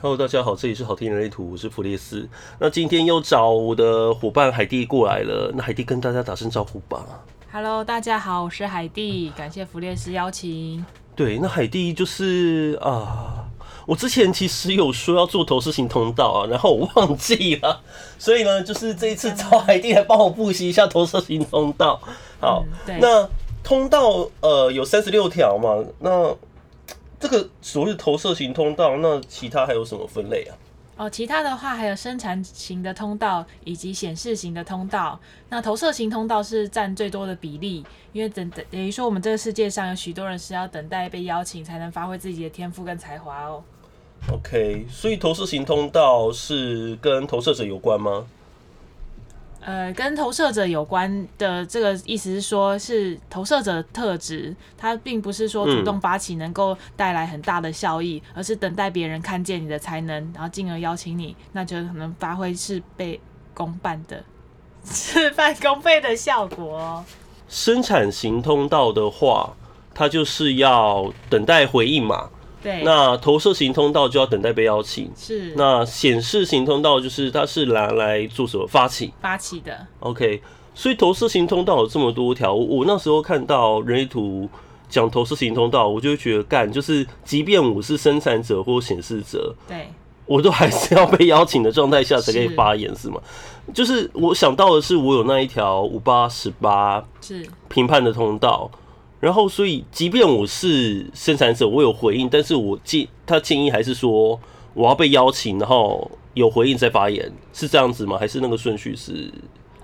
Hello，大家好，这里是好听人类图，我是普列斯。那今天又找我的伙伴海蒂过来了，那海蒂跟大家打声招呼吧。 Hello，大家好，我是海蒂，感谢弗列斯邀请。对，那海蒂就是啊，我之前其实有说要做投事情通道啊，然后我忘记了，所以呢，就是这一次找海蒂来帮我复习一下投事情通道。好，嗯对那通道呃有三十六条嘛，那这个所谓的投射型通道，那其他还有什么分类啊？哦，其他的话还有生产型的通道以及显示型的通道。那投射型通道是占最多的比例，因为等等等于说我们这个世界上有许多人是要等待被邀请才能发挥自己的天赋跟才华哦。 OK，所以投射型通道是跟投射者有关吗？呃，跟投射者有关的这个意思是说，是投射者的特质，它并不是说主动发起能够带来很大的效益，而是等待别人看见你的才能，然后进而邀请你，那就可能发挥事倍功半的 事半功倍的效果哦。生产型通道的话，它就是要等待回应嘛。对，那投射型通道就要等待被邀请。是那显示型通道就是它是拿来做什么发起发起的， ？OK，所以投射型通道有这么多条，我我那时候看到人类图讲投射型通道，我就会觉得干，就是即便我是生产者或显示者，对，我都还是要被邀请的状态下才可以发言，是吗？就是我想到的是，我有那一条五八十八是评判的通道，然后所以即便我是生产者，我有回应，但是我建他建议还是说我要被邀请，然后有回应再发言，是这样子吗？还是那个顺序是？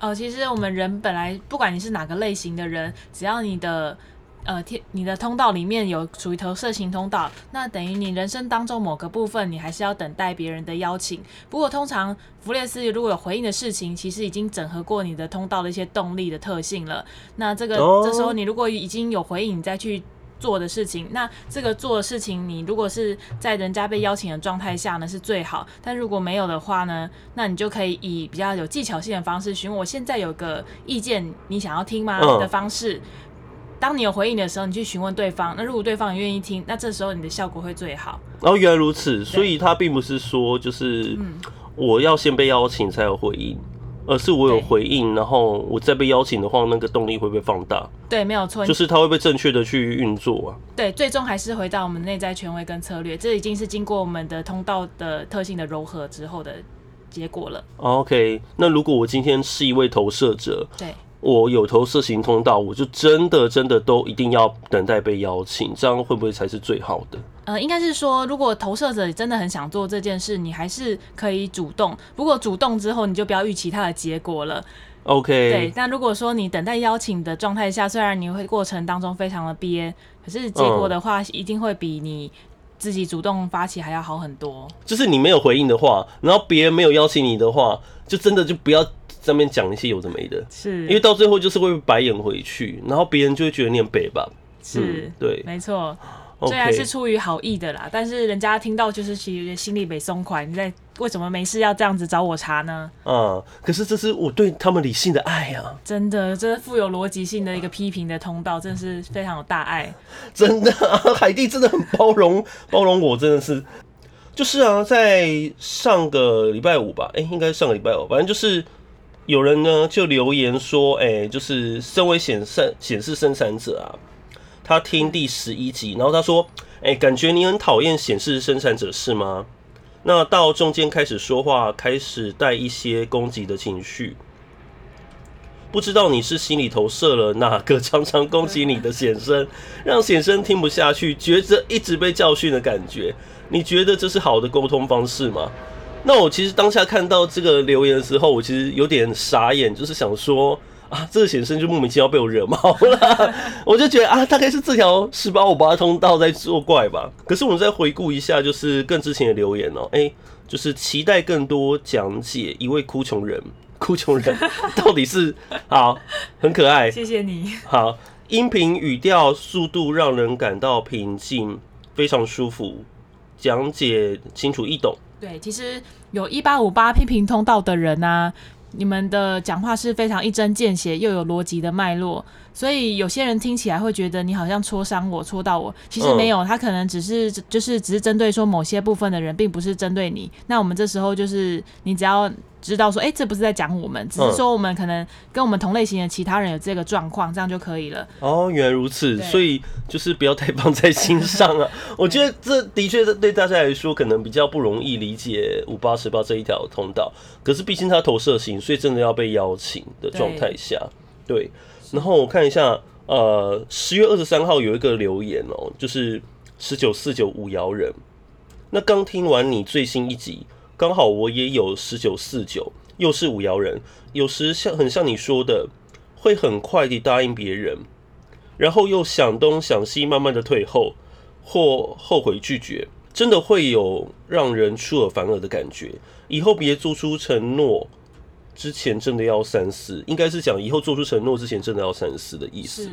哦，其实我们人本来不管你是哪个类型的人，只要你的呃天你的通道里面有属于投射型通道，那等于你人生当中某个部分，你还是要等待别人的邀请。不过通常弗列斯如果有回应的事情，其实已经整合过你的通道的一些动力的特性了。那这个、哦这时候你如果已经有回应，你再去做的事情，那这个做的事情，你如果是在人家被邀请的状态下呢，是最好；但如果没有的话呢，那你就可以以比较有技巧性的方式询问我现在有个意见，你想要听吗嗯的方式。当你有回应的时候，你去询问对方。那如果对方也愿意听，那这时候你的效果会最好。然后原来如此，所以他并不是说就是我要先被邀请才有回应，而是我有嗯对回应，然后我再被邀请的话，那个动力会不会放大？对，没有错，就是它会被正确的去运作啊。对，最终还是回到我们内在权威跟策略，这已经是经过我们的通道的特性的柔合之后的结果了。 OK，那如果我今天是一位投射者，对，我有投射型通道，我就真的真的都一定要等待被邀请，这样会不会才是最好的？呃，应该是说，如果投射者真的很想做这件事，你还是可以主动。不过主动之后，你就不要预期它的结果了。对 OK，，那如果说你等待邀请的状态下，虽然你会过程当中非常的憋，可是结嗯果的话，一定会比你自己主动发起还要好很多。就是你没有回应的话，然后别人没有邀请你的话，就真的就不要上面讲一些有的没的，是，因为到嗯最后就是会被白眼回去，然后别人就会觉得你很北吧。是、嗯对没错，虽然 OK，是出于好意的啦，但是人家听到就是其实心里没松快，你在为什么没事要这样子找我茬呢？啊、可是这是我对他们理性的爱呀、啊，真的，这是富有逻辑性的一个批评的通道，真的是非常有大爱。 真的、啊，海蒂真的很包容， 包容我真的是，就是啊，在上个礼拜五吧，哎、应该是上个礼拜五，反正就是有人呢就留言说，哎、就是身为显示显示生产者啊，他听第十一集，然后他说，哎、感觉你很讨厌显示生产者是吗？那到中间开始说话，开始带一些攻击的情绪。不知道你是心里投射了哪个常常攻击你的显生，让显生听不下去，觉着一直被教训的感觉。你觉得这是好的沟通方式吗？那我其实当下看到这个留言的时候，我其实有点傻眼，就是想说啊，这个显生就莫名其妙被我惹毛了， 我就觉得啊，大概是这条十八五八通道在作怪吧。可是我们再回顾一下，就是更之前的留言哦、哎、就是期待更多讲解一位哭穷人，哭穷人到底是好，很可爱，谢谢你。好，音频语调速度让人感到平静，非常舒服，讲解清楚易懂。 对，其实有一八五八批评通道的人啊，你们的讲话是非常一针见血，又有逻辑的脉络。所以有些人听起来会觉得你好像戳伤我、戳到我，其实没有，他可能只是就是只是针对说某些部分的人，并不是针对你。那我们这时候就是你只要知道说，哎、这不是在讲我们，只是说我们可能跟我们同类型的其他人有这个状况，这样就可以了。哦，原来如此，对所以就是不要太放在心上啊。我觉得这的确对大家来说可能比较不容易理解五八十八这一条通道，可是毕竟它投射型，所以真的要被邀请的状态下，对。然后我看一下，呃，十月二十三号有一个留言哦，就是十九四九五爻人，那刚听完你最新一集，刚好我也有十九四九，又是五爻人，有时像很像你说的，会很快地答应别人，然后又想东想西，慢慢的退后或后悔拒绝，真的会有让人出尔反尔的感觉。以后别做出承诺之前，真的要三思，应该是讲以后做出承诺之前，真的要三思的意思。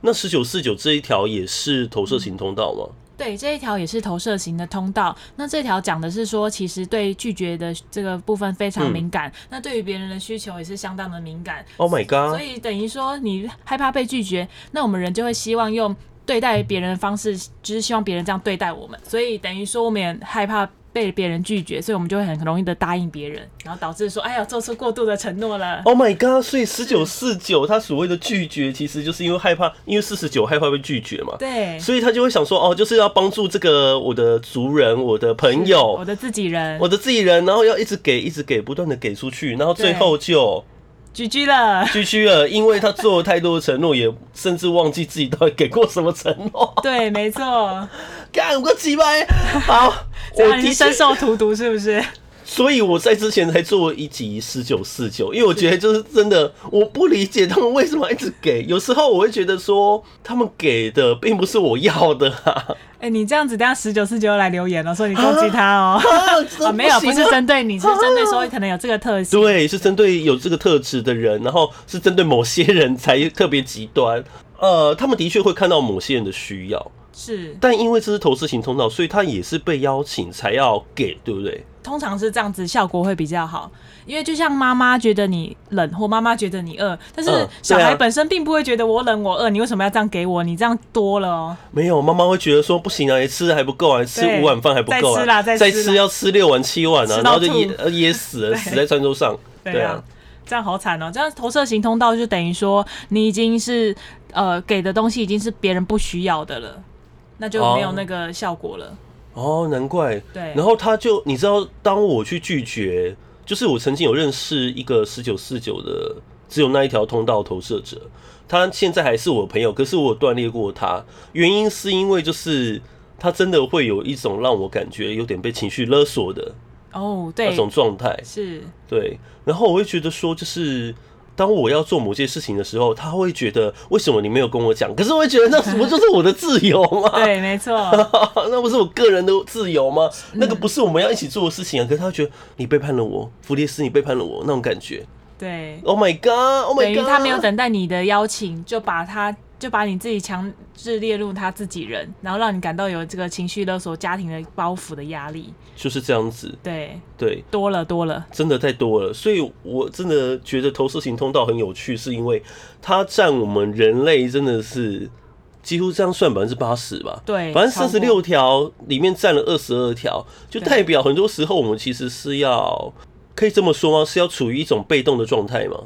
那十九四九这一条也是投射型通道吗？对，这一条也是投射型的通道。那这条讲的是说，其实对拒绝的这个部分非常嗯敏感，那对于别人的需求也是相当的敏感。 Oh my 所 god！以等于说，你害怕被拒绝，那我们人就会希望用对待别人的方式，就是希望别人这样对待我们。所以等于说，我们也害怕被别人拒绝，所以我们就会很容易的答应别人，然后导致说，哎呀，做出过度的承诺了。 Oh my god！所以十九四九他所谓的拒绝，其实就是因为害怕，因为四十九害怕被拒绝嘛，对，所以他就会想说，哦，就是要帮助这个我的族人、我的朋友我、的自己人我，的自己人，然后要一直给、一直给，不断的给出去，然后最对后就居居了。 区区了，因为他做了太多的承诺，也甚至忘记自己到底给过什么承诺。 对，没错，干，我几百 好，这我啊样你的是确深，受荼毒是不是？所以我在之前才做一集十九四九，因为我觉得就是真的，我不理解他们为什么一直给。有时候我会觉得说，他们给的并不是我要的 啊，哎、你这样子，等下十九四九来留言哦，说你攻击他哦。 啊啊，没有，不是。这行啊针对你，是针对 说可能有这个特性。对，是针对有这个特质的人，然后是针对某些人才特别极端。呃，他们的确会看到某些人的需要，是，但因为这是投资型通道，所以他也是被邀请才要给，对不对？通常是这样子，效果会比较好。因为就像妈妈觉得你冷，或妈妈觉得你饿，但嗯是小对孩啊本身并不会觉得我冷我饿，你为什么要这样给我？你这样多了哦。没有，妈妈会觉得说不行啊，你吃的还不够啊，你吃对五碗饭还不够再吃啦啊，再吃啦再吃要吃六碗七碗啊，吃然到后吐就噎呃噎 死了，死在餐桌上。对啊，，这样好惨哦。这样投射型通道就等于说你已经是呃给的东西已经是别人不需要的了，那就没有哦那个效果了。哦，难怪。对然后他就，你知道，当我去拒绝，就是我曾经有认识一个十九四九的，只有那一条通道投射者，他现在还是我朋友，可是我有断裂过他，原因是因为就是他真的会有一种让我感觉有点被情绪勒索的哦，那对，种状态，是 对。然后我会觉得说，就是。当我要做某件事情的时候，他会觉得为什么你没有跟我讲？可是我会觉得那不就是我的自由吗？对，没错。 那不是我个人的自由吗？嗯那个不是我们要一起做的事情啊！可是他觉得你背叛了我，弗列斯，你背叛了我那种感觉。对， Oh my god！Oh 等 my 于 god！他没有等待你的邀请，就把他就把你自己强制列入他自己人，然后让你感到有这个情绪勒索、家庭的包袱的压力。就是这样子，对，对，多了多了，真的太多了。所以我真的觉得投射型通道很有趣，是因为它占我们人类真的是几乎这样算百分之八十吧。对反正超过三十六条里面占了二十二条，就对代表很多时候我们其实是要可以这么说吗？是要处于一种被动的状态吗？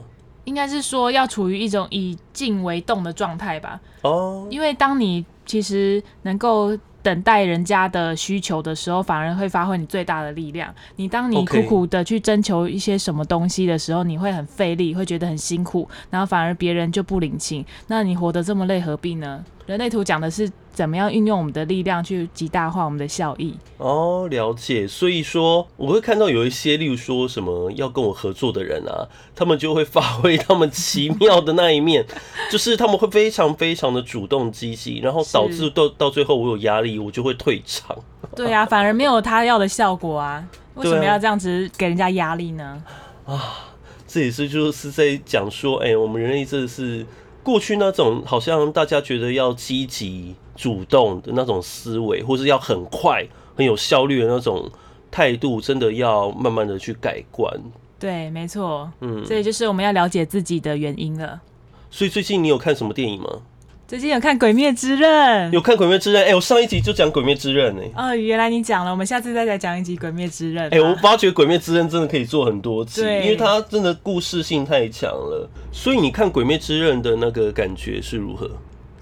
应该是说要处于一种以静为动的状态吧，哦、因为当你其实能够。等待人家的需求的时候，反而会发挥你最大的力量。你当你苦 OK 苦的去征求一些什么东西的时候，你会很费力，会觉得很辛苦，然后反而别人就不领情。那你活得这么累，何必呢？人类图讲的是怎么样运用我们的力量去极大化我们的效益。哦，了解。所以说，我会看到有一些，例如说什么要跟我合作的人啊，他们就会发挥他们奇妙的那一面，就是他们会非常非常的主动积极，然后导是致到到最后我有压力，我就会退场。对 啊，反而没有他要的效果啊。为什么对啊要这样子给人家压力呢？这也是就是在讲说，哎、我们人类真的是过去那种好像大家觉得要积极主动的那种思维，或是要很快很有效率的那种态度，真的要慢慢的去改观。对，没错，嗯这也就是我们要了解自己的原因了。所以最近你有看什么电影吗？最近有看《鬼灭之刃》有看《鬼灭之刃》？哎，我上一集就讲《鬼灭之刃》呢。哦，原来你讲了，我们下次再来讲一集《鬼灭之刃》吧。哎、我发觉《鬼灭之刃》真的可以做很多集，对因为它真的故事性太强了。所以你看《鬼灭之刃》的那个感觉是如何？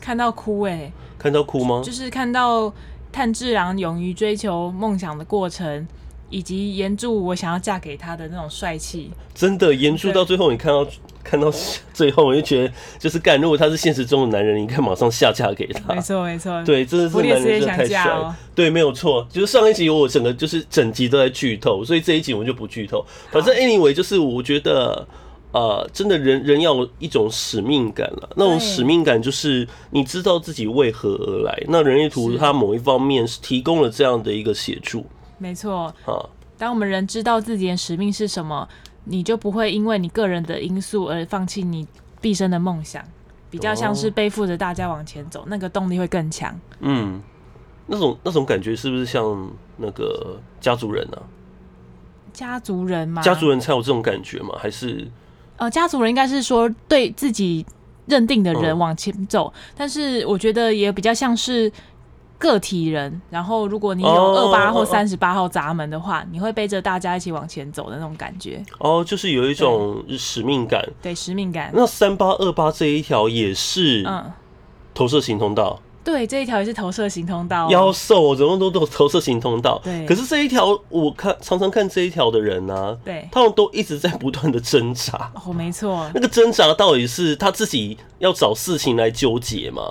看到哭哎、看到哭吗？就是看到炭治郎勇于追求梦想的过程，以及岩柱我想要嫁给他的那种 帅气。真的，岩柱到最后，你看到看到 最后，我就觉得就是干。如果他是现实中的男人，你应该马上下嫁给他没。错没错，对，真的是弗列男斯也人真的想太嫁帅哦了。对，没有错，就是上一集我整个就是整集都在剧透，所以这一集我就不剧透。反正 anyway，就是我觉得。呃，真的人人要有一种使命感了，那种对使命感就是你知道自己为何而来。那人类图是它某一方面是提供了这样的一个协助没错。啊，当我们人知道自己的使命是什么，你就不会因为你个人的因素而放弃你毕生的梦想，比较像哦是背负着大家往前走，那个动力会更强。嗯，那种那种感觉是不是像那个家族人啊？家族人嘛，家族人才有这种感觉吗？还是呃，家族人应该是说对自己认定的人嗯往前走，但是我觉得也比较像是个体人。然后，如果你有哦二八哦或哦三十八号闸门的话，你会背着大家一起往前走的那种感觉，哦，就是有一种使命感？对使命感。那三八二八这一条也是嗯，投射型通道，对，这一条也是投射型通道哦、妖兽怎么都都投射型通道。对可是这一条我看常常看这一条的人呢、对，他们都一直在不断的挣扎。哦，没错，那个挣扎到底是他自己要找事情来纠结吗？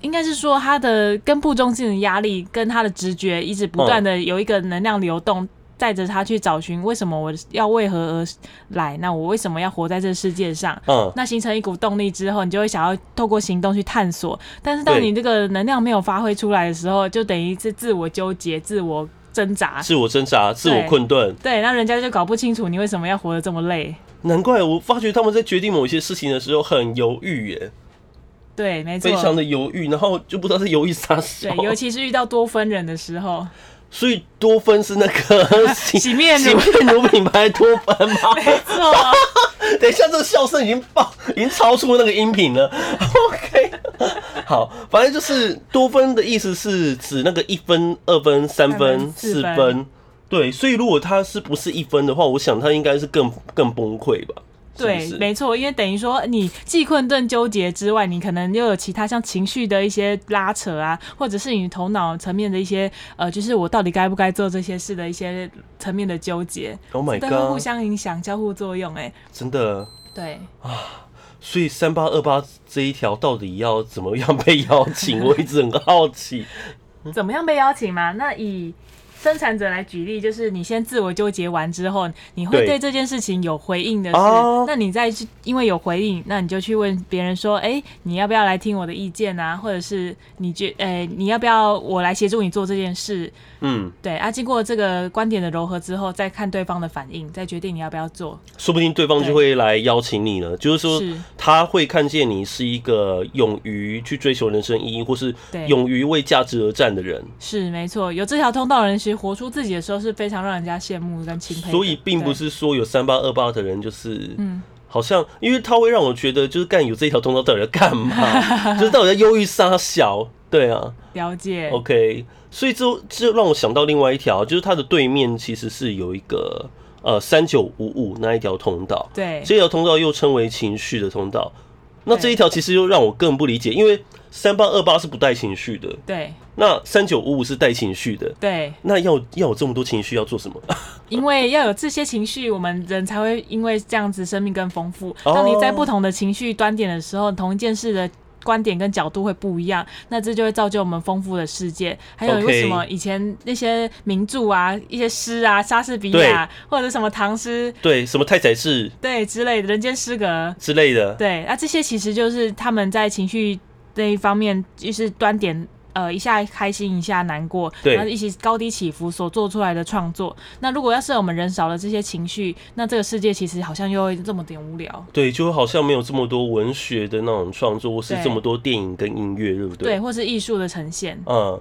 应该是说他的根部中心的压力跟他的直觉一直不断的有一个能量流动，带着他去找寻为什么我要为何而来，那我为什么要活在这世界上？嗯，那形成一股动力之后，你就会想要透过行动去探索。但是当对你这个能量没有发挥出来的时候，就等于是自我纠结、自我挣扎。自我挣扎，自我困顿。对，那人家就搞不清楚你为什么要活得这么累。难怪我发觉他们在决定某些事情的时候很犹豫耶，对，没错非。常的犹豫，然后就不知道在犹豫啥时对候，。尤其是遇到多分人的时候，所以多芬是那个洗 洗面乳洗面乳品牌多芬吗？ 没错，等一下，这个笑声已经爆，已经超出那个音频了。OK，好，反正就是多分的意思是指那个一分、二分、三分、四四分分，对。所以如果他是不是一分的话，我想他应该是更更崩溃吧？是不对，是没错，因为等于说你既困顿纠结之外，你可能又有其他像情绪的一些拉扯啊，或者是你头脑层面的一些呃，就是我到底该不该做这些事的一些呃层面的纠结。 ，Oh my 但会互 god，相影响、交互作用、哎，真的。对，所以三八二八这一条到底要怎么样被邀请？我一直很好奇。怎么样被邀请嘛？那以生产者来举例，就是你先自我纠结完之后，你会对对这件事情有回应的是哦，那你再去，因为有回应，那你就去问别人说，哎、你要不要来听我的意见啊？或者是你觉，哎、你要不要我来协助你做这件事？嗯，对啊，经过这个观点的柔合之后，再看对方的反应，再决定你要不要做。说不定对方对就会来邀请你了。就是说，是，他会看见你是一个勇于去追求人生意义，或是对。勇于为价值而战的人，是没错，有这条通道的人，其实活出自己的时候是非常让人家羡慕跟钦佩的。所以并不对是说有三八二八的人就是。嗯，好像，因为他会让我觉得，就是干有这条通道到底要干 嘛？就是到底在忧郁杀小，对啊了解。 ，OK。所以这这让我想到另外一条，就是它的对面其实是有一个呃三九五五那一条通道，对，这条通道又称为情绪的通道。那这一条其实又让我更不理解，因为三八二八是不带情绪的，对那三九五五是带情绪的，对，那要要有这么多情绪要做什么？ 因为要有这些情绪，我们人才会因为这样子生命更丰富。哦当你在不同的情绪端点的时候，同一件事的。观点跟角度会不一样，那这就会造就我们丰富的世界。还有 OK 为什么以前那些名著啊、一些诗啊，莎士比亚或者什么唐诗对，什么太宰治对之类的人间失格，之类的，对，那这些其实就是他们在情绪那一方面，就是端点。呃，一下开心，一下难过，对然后一起高低起伏所做出来的创作。那如果要是我们人少了这些情绪，那这个世界其实好像又会这么点无聊，对，就好像没有这么多文学的那种创作，或是对这么多电影跟音乐，对不对？对，或是艺术的呈现，嗯，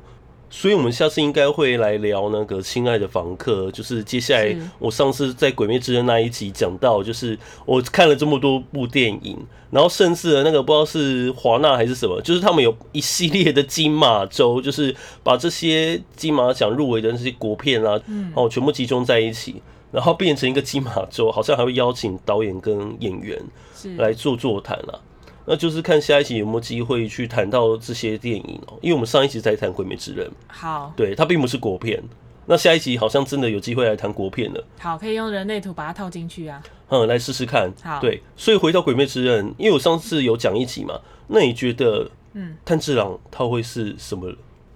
所以我们下次应该会来聊那个《亲爱的房客》，就是接下来是我上次在《鬼灭之刃》那一集讲到，就是我看了这么多部电影，然后甚至呢那个不知道是华纳还是什么，就是他们有一系列的金马周，就是把这些金马奖入围的那些国片啊，哦，全部集中在一起。然后变成一个金马周，好像还会邀请导演跟演员是来做座谈啦。那就是看下一集有没有机会去谈到这些电影哦、因为我们上一集才谈《鬼灭之刃》，好对，它并不是国片。那下一集好像真的有机会来谈国片了，好可以用人类图把它套进去啊。嗯，来试试看好。对，所以回到《鬼灭之刃》，因为我上次有讲一集嘛，那你觉得，嗯，炭治郎他会是什么？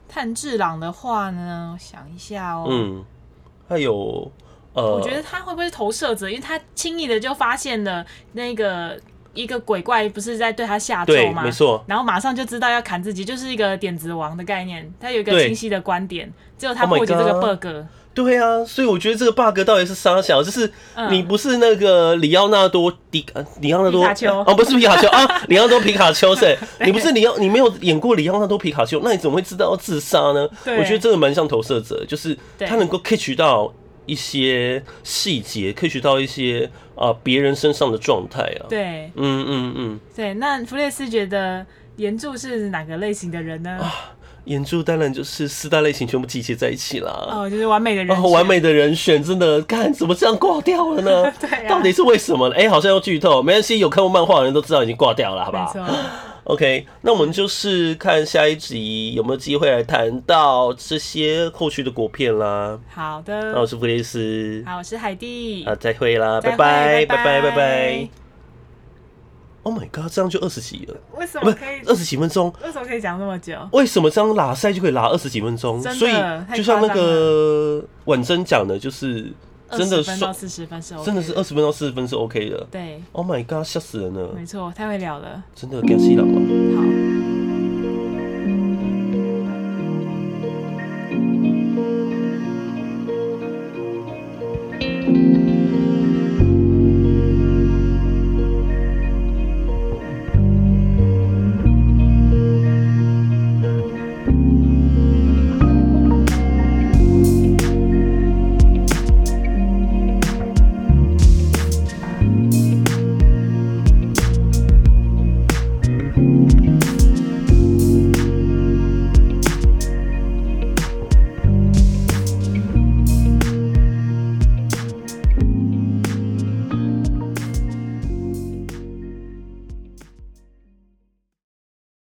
炭治郎的话呢，我想一下哦，嗯，还有，呃，我觉得他会不会是投射者？因为他轻易的就发现了那个一个鬼怪不是在对他下咒对，吗？没错，然后马上就知道要砍自己，就是一个点子王的概念，他有一个对清晰的观点，只有他 Oh my 破解这个 God bug。对啊，所以我觉得这个 bug 到底是啥小，就是嗯你不是那个里奥纳多迪呃里奥纳多皮卡丘哦，不是皮卡丘啊，里奥纳多皮卡 丘是，哎你不是里奥，你没有演过里奥纳多皮卡丘，那你怎么会知道要自杀呢？对我觉得真的蛮像投射者，就是对他能够 catch 到一些细节，catch 到一些啊别、人身上的状态啊，对嗯嗯嗯，对，那弗列斯觉得岩柱是哪个类型的人呢？啊眼珠当然就是四大类型全部集结在一起啦。哦，就是完美的人然选、后完美的人选真的，看怎么这样挂掉了呢？ 对啊到底是为什么呢？哎、好像要剧透，没关系，有看过漫画的人都知道已经挂掉了，好不没好错， ？OK，那我们就是看下一集有没有机会来谈到这些后续的果片啦。好那我的，是弗雷斯，好，我是海蒂，啊，再会啦，再拜会拜，拜拜拜，拜拜。。Oh my god，这样就二十集了，哎为什不么是可以？二十几分钟。为什么可以讲那么久？为什么这样拉塞就可以拉二十几分钟？真的所以太就像那夸张个婉珍讲的，就是真的20分说到四十分是 OK，真的是二十分到四十分是 OK 的。对， Oh my god，吓死人了！没错，太会聊了。真的感谢老了。好。 thank